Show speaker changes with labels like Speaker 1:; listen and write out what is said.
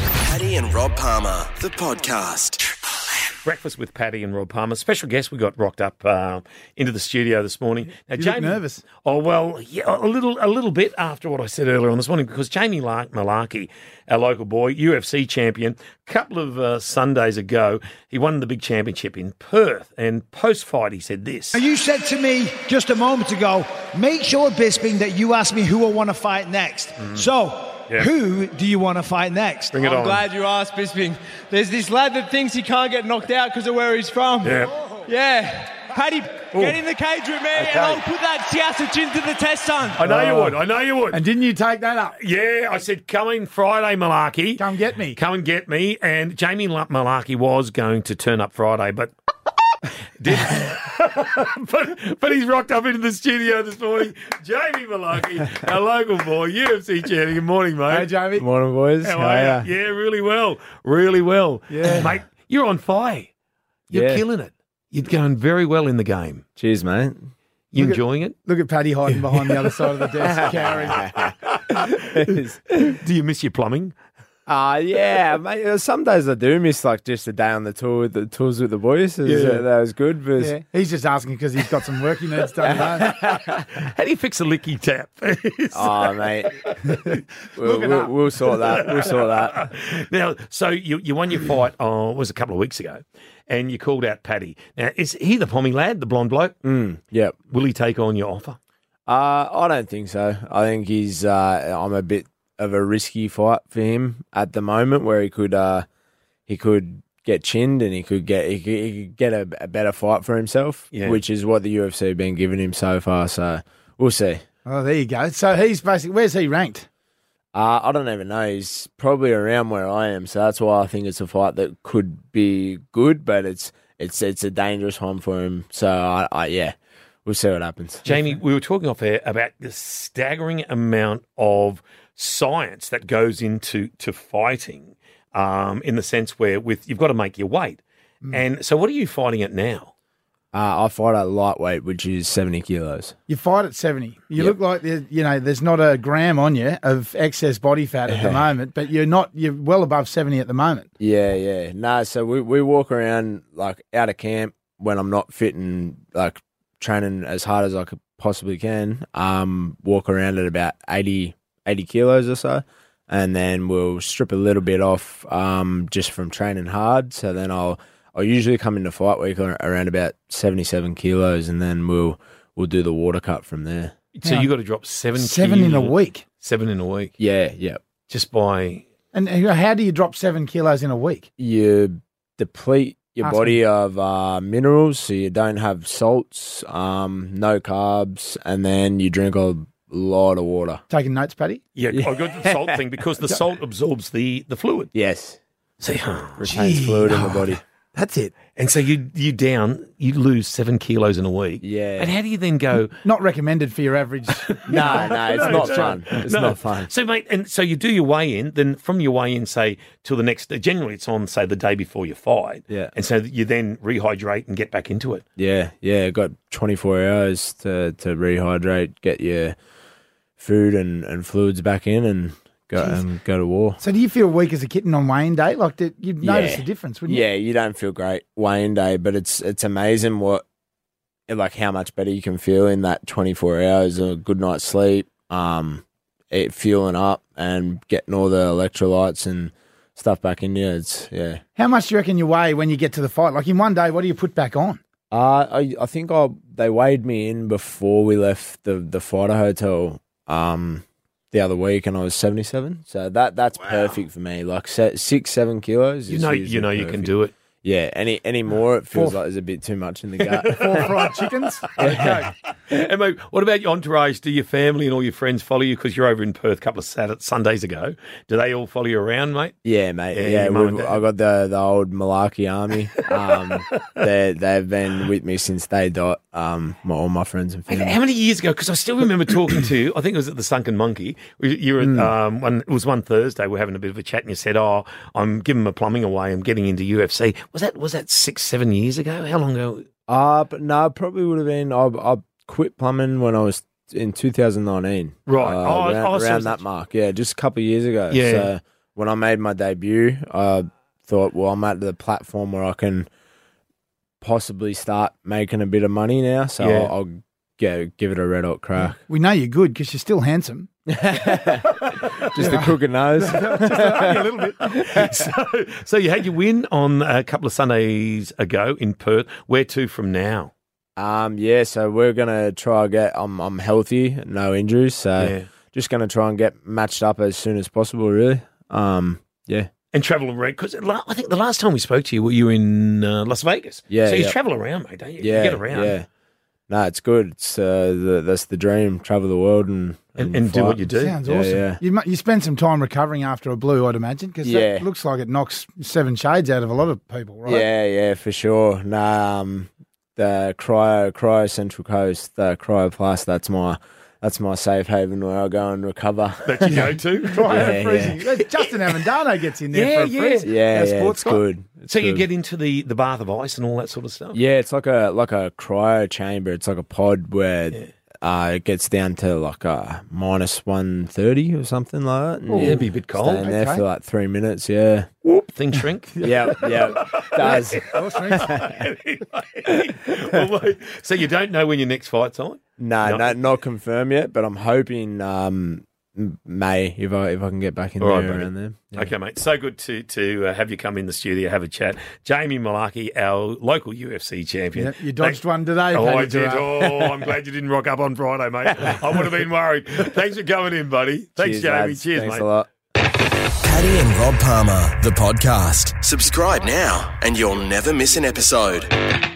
Speaker 1: Paddy and Rob Palmer, the podcast.
Speaker 2: Breakfast with Patty and Rob Palmer. Special guest we got rocked up uh, into the studio this morning. Now,
Speaker 3: You look nervous.
Speaker 2: Oh well, yeah, a little, a little bit after what I said earlier on this morning because Jamie Lark Malarkey, our local boy, UFC champion, a couple of uh, Sundays ago, he won the big championship in Perth. And post fight, he said this.
Speaker 3: Now, You said to me just a moment ago, make sure, Bisping, that you ask me who I want to fight next. So,
Speaker 2: Mm. Yeah.
Speaker 3: who do you want to fight next?
Speaker 2: Bring it
Speaker 4: I'm
Speaker 2: on.
Speaker 4: glad you asked, Bisping. There's this lad that thinks he can't get knocked out because of where he's from.
Speaker 2: Yeah.
Speaker 4: Yeah. Paddy, get in the cage with me and I'll put that Siasa chin to the test, son.
Speaker 2: I know you would. I know you would.
Speaker 3: Oh. And didn't you take that up?
Speaker 2: Yeah, I said, come in Friday, Malarkey.
Speaker 3: Come get me.
Speaker 2: Come and get me. And Jamie La- Malarkey was going to turn up Friday, but. Did, but but he's rocked up into the studio this morning. Jamie Malarkey, our local boy, UFC champion. Good morning, mate.
Speaker 3: Hey, Jamie.
Speaker 5: Morning, boys.
Speaker 2: How are you? Yeah, really well, really well.
Speaker 3: Yeah.
Speaker 2: mate, you're on fire. You're
Speaker 5: Yeah.
Speaker 2: killing it. You're going very well in the game.
Speaker 5: Cheers, mate.
Speaker 2: You enjoying it?
Speaker 3: Look at Paddy hiding behind the other side of the desk, carrying.
Speaker 2: Do you miss your plumbing?
Speaker 5: Ah, yeah, mate. uh, Some days I do miss like just a day on the tour with the tours with the boys. Is,
Speaker 3: Yeah.
Speaker 5: uh, that was good, but
Speaker 3: Yeah. He's just asking because he's got some work he needs done. at home.
Speaker 2: How do you fix a leaky tap?
Speaker 5: oh, mate, we'll,
Speaker 3: it
Speaker 5: we'll,
Speaker 3: up.
Speaker 5: we'll sort that. We'll sort that.
Speaker 2: Now, so you, you won your fight, oh, it was a couple of weeks ago, and you called out Paddy. Now, is he the pommy lad, the blonde bloke? Mm.
Speaker 5: Yep.
Speaker 2: Will he take on your offer?
Speaker 5: Uh, I don't think so. I think he's. Uh, I'm a bit of a risky fight for him at the moment, where he could, uh, he could get chinned and he could get he could, he could get a, a better fight for himself,
Speaker 2: Yeah.
Speaker 5: which is what the UFC have been giving him so far. So we'll see.
Speaker 3: oh, there you go. So he's basically, where's he ranked?
Speaker 5: Uh, I don't even know. He's probably around where I am, so that's why I think it's a fight that could be good, but it's it's it's a dangerous one for him. So I, I yeah, we'll see what happens.
Speaker 2: Jamie, we were talking off air about the staggering amount of science that goes into to fighting, um, in the sense where with you've got to make your weight. And so, what are you fighting at now?
Speaker 5: Uh, I fight at lightweight, which is seventy kilos.
Speaker 3: You fight at 70. You
Speaker 5: Yep.
Speaker 3: look like, there- you know, there's not a gram on you of excess body fat at the moment, but you're not, you're well above 70 at the moment.
Speaker 5: Yeah, yeah. No, so we, we walk around like out of camp when I'm not fit and like training as hard as I could possibly can. Um, walk around at about 80, 80 kilos or so, and then we'll strip a little bit off um, just from training hard. So then I'll I'll usually come into fight week ar- around about seventy seven kilos, and then we'll we'll do the water cut from there.
Speaker 2: So
Speaker 3: Yeah.
Speaker 2: you got to drop seven
Speaker 3: Seven in a
Speaker 2: kilo-
Speaker 3: week.
Speaker 2: seven in a week,
Speaker 5: Yeah, yeah.
Speaker 2: just by
Speaker 3: And how do you drop seven kilos in a week?
Speaker 5: you deplete your
Speaker 3: Ask me.
Speaker 5: body of uh, minerals, so you don't have salts, um, no carbs, and then you drink a lot of water.
Speaker 3: Taking notes, Paddy?
Speaker 2: yeah, I got the salt thing because the salt absorbs the the fluid.
Speaker 5: Yes,
Speaker 2: See,
Speaker 5: retains fluid in the body.
Speaker 3: That's it.
Speaker 2: And so you you down, you lose seven kilos in a week.
Speaker 5: Yeah.
Speaker 2: And how do you then go?
Speaker 3: Not recommended for your average.
Speaker 5: No, no, it's not fun. It's
Speaker 2: No.
Speaker 5: not fun.
Speaker 2: So mate, and so you do your weigh in. Then from your weigh in, say till the next. uh, Generally, it's on say the day before your fight.
Speaker 5: Yeah.
Speaker 2: And so you then rehydrate and get back into it.
Speaker 5: Yeah, yeah. Got twenty four hours to to rehydrate, get your food and, and fluids back in, and go and go to war.
Speaker 3: so do you feel weak as a kitten on weighing day? Like did, you'd notice
Speaker 5: Yeah.
Speaker 3: the difference, wouldn't you?
Speaker 5: Yeah, you don't feel great weighing day, but it's it's amazing what like how much better you can feel in that twenty four hours of a good night's sleep, um, it fueling up and getting all the electrolytes and stuff back in you. It's yeah.
Speaker 3: How much do you reckon you weigh when you get to the fight? Like in one day, what do you put back on?
Speaker 5: Uh, I I think I they weighed me in before we left the the fighter hotel um the other week, and I was seventy seven. So that that's perfect for me. Like se- six seven kilos.
Speaker 2: You
Speaker 5: is
Speaker 2: know,
Speaker 5: usually
Speaker 2: you know you can
Speaker 5: perfect.
Speaker 2: do it.
Speaker 5: Yeah, any any more, it feels
Speaker 3: Four-
Speaker 5: like there's a bit too much in the gut.
Speaker 3: Four fried chickens? Okay.
Speaker 2: And mate, what about your entourage? Do your family and all your friends follow you? Because you're over in Perth a couple of Sat- Sundays ago. Do they all follow you around, mate?
Speaker 5: Yeah, mate.
Speaker 2: Yeah,
Speaker 5: Yeah,
Speaker 2: your mum and
Speaker 5: we've-
Speaker 2: dad.
Speaker 5: I got the the old Malarkey army. Um, they they've been with me since they dot. Um, my, all my friends and
Speaker 2: Hey,
Speaker 5: family.
Speaker 2: How many years ago? Because I still remember talking to you. I think it was at the Sunken Monkey. We- You were
Speaker 5: Hmm.
Speaker 2: at, um, one, it was one Thursday. We are having a bit of a chat, and you said, "Oh, I'm giving my plumbing away. I'm getting into UFC." Was that was that six, seven years ago? How long ago?
Speaker 5: Uh, but no, probably would have been. I I quit plumbing when I was in 2019.
Speaker 2: Right.
Speaker 5: Uh,
Speaker 2: Oh,
Speaker 5: around,
Speaker 2: oh, so
Speaker 5: Uh, around
Speaker 2: it's-
Speaker 5: that mark. Yeah, just a couple of years ago.
Speaker 2: Yeah.
Speaker 5: So when I made my debut, I thought, well, I'm at the platform where I can possibly start making a bit of money now, so
Speaker 2: Yeah.
Speaker 5: I'll, I'll go give it a red hot crack.
Speaker 3: We know you're good because you're still handsome.
Speaker 5: Just the crooked nose.
Speaker 2: a little bit. so, so you had your win on a couple of Sundays ago in Perth. Where to from now?
Speaker 5: Um, yeah, so we're gonna try and get. I'm I'm healthy, no injuries, so
Speaker 2: Yeah.
Speaker 5: just gonna try and get matched up as soon as possible. Really. Um, yeah,
Speaker 2: And travel around because I think the last time we spoke to you, you were in uh, Las Vegas.
Speaker 5: Yeah,
Speaker 2: So you
Speaker 5: yeah.
Speaker 2: travel around, mate, don't you?
Speaker 5: yeah,
Speaker 2: You get around
Speaker 5: Yeah, no, it's good. It's uh, the, that's the dream: travel the world and
Speaker 2: and, and do
Speaker 5: fly.
Speaker 2: what you do.
Speaker 3: Sounds
Speaker 5: Yeah,
Speaker 3: awesome.
Speaker 5: yeah.
Speaker 3: You, mu- you spend some time recovering after a blue, I'd imagine, because
Speaker 5: Yeah.
Speaker 3: that looks like it knocks seven shades out of a lot of people, right?
Speaker 5: Yeah, yeah, for sure. Nah, um, the cryo, cryo Central Coast, the cryo plus. That's my that's my safe haven where I go and recover.
Speaker 2: That you go to.
Speaker 3: Right,
Speaker 5: Yeah,
Speaker 3: freezing. Justin Avendano gets in there
Speaker 2: Yeah,
Speaker 3: for a freeze.
Speaker 2: yeah.
Speaker 5: yeah,
Speaker 3: Our
Speaker 5: yeah,
Speaker 3: sports
Speaker 5: it's
Speaker 3: guy.
Speaker 5: good. It's
Speaker 2: so you
Speaker 5: good.
Speaker 2: get into the, the bath of ice and all that sort of stuff.
Speaker 5: Yeah, it's like a like a cryo chamber. It's like a pod where uh, it gets down to like uh minus one thirty or something like that. And
Speaker 2: Yeah,
Speaker 5: you
Speaker 2: it'd be a bit
Speaker 5: stay in
Speaker 2: cold.
Speaker 5: there
Speaker 3: Okay.
Speaker 5: for like three minutes. Yeah,
Speaker 2: Whoop, things shrink.
Speaker 5: yeah, yeah. it Does
Speaker 3: Horse drinks.
Speaker 2: Anyway. Well, mate, so you don't know when your next fight's on?
Speaker 5: no,
Speaker 2: No.
Speaker 5: no, not confirmed yet, but I'm hoping um m- May if I if I can get back in
Speaker 2: All right,
Speaker 5: there
Speaker 2: buddy.
Speaker 5: around there. Yeah.
Speaker 2: Okay, mate. So good to to uh, have you come in the studio, have a chat. Jamie Malarkey, our local UFC champion.
Speaker 3: Yep, you dodged
Speaker 2: Thank-
Speaker 3: one today.
Speaker 2: Oh,
Speaker 3: Paddy
Speaker 2: I did.
Speaker 3: Gerrard.
Speaker 2: Oh, I'm glad you didn't rock up on Friday, mate. I would have been worried. Thanks for coming in, buddy. Thanks,
Speaker 5: Cheers,
Speaker 2: Jamie.
Speaker 5: lads.
Speaker 2: Cheers,
Speaker 5: Thanks
Speaker 2: mate.
Speaker 5: a lot.
Speaker 1: Paddy and Rob Palmer, the podcast. Subscribe now and you'll never miss an episode.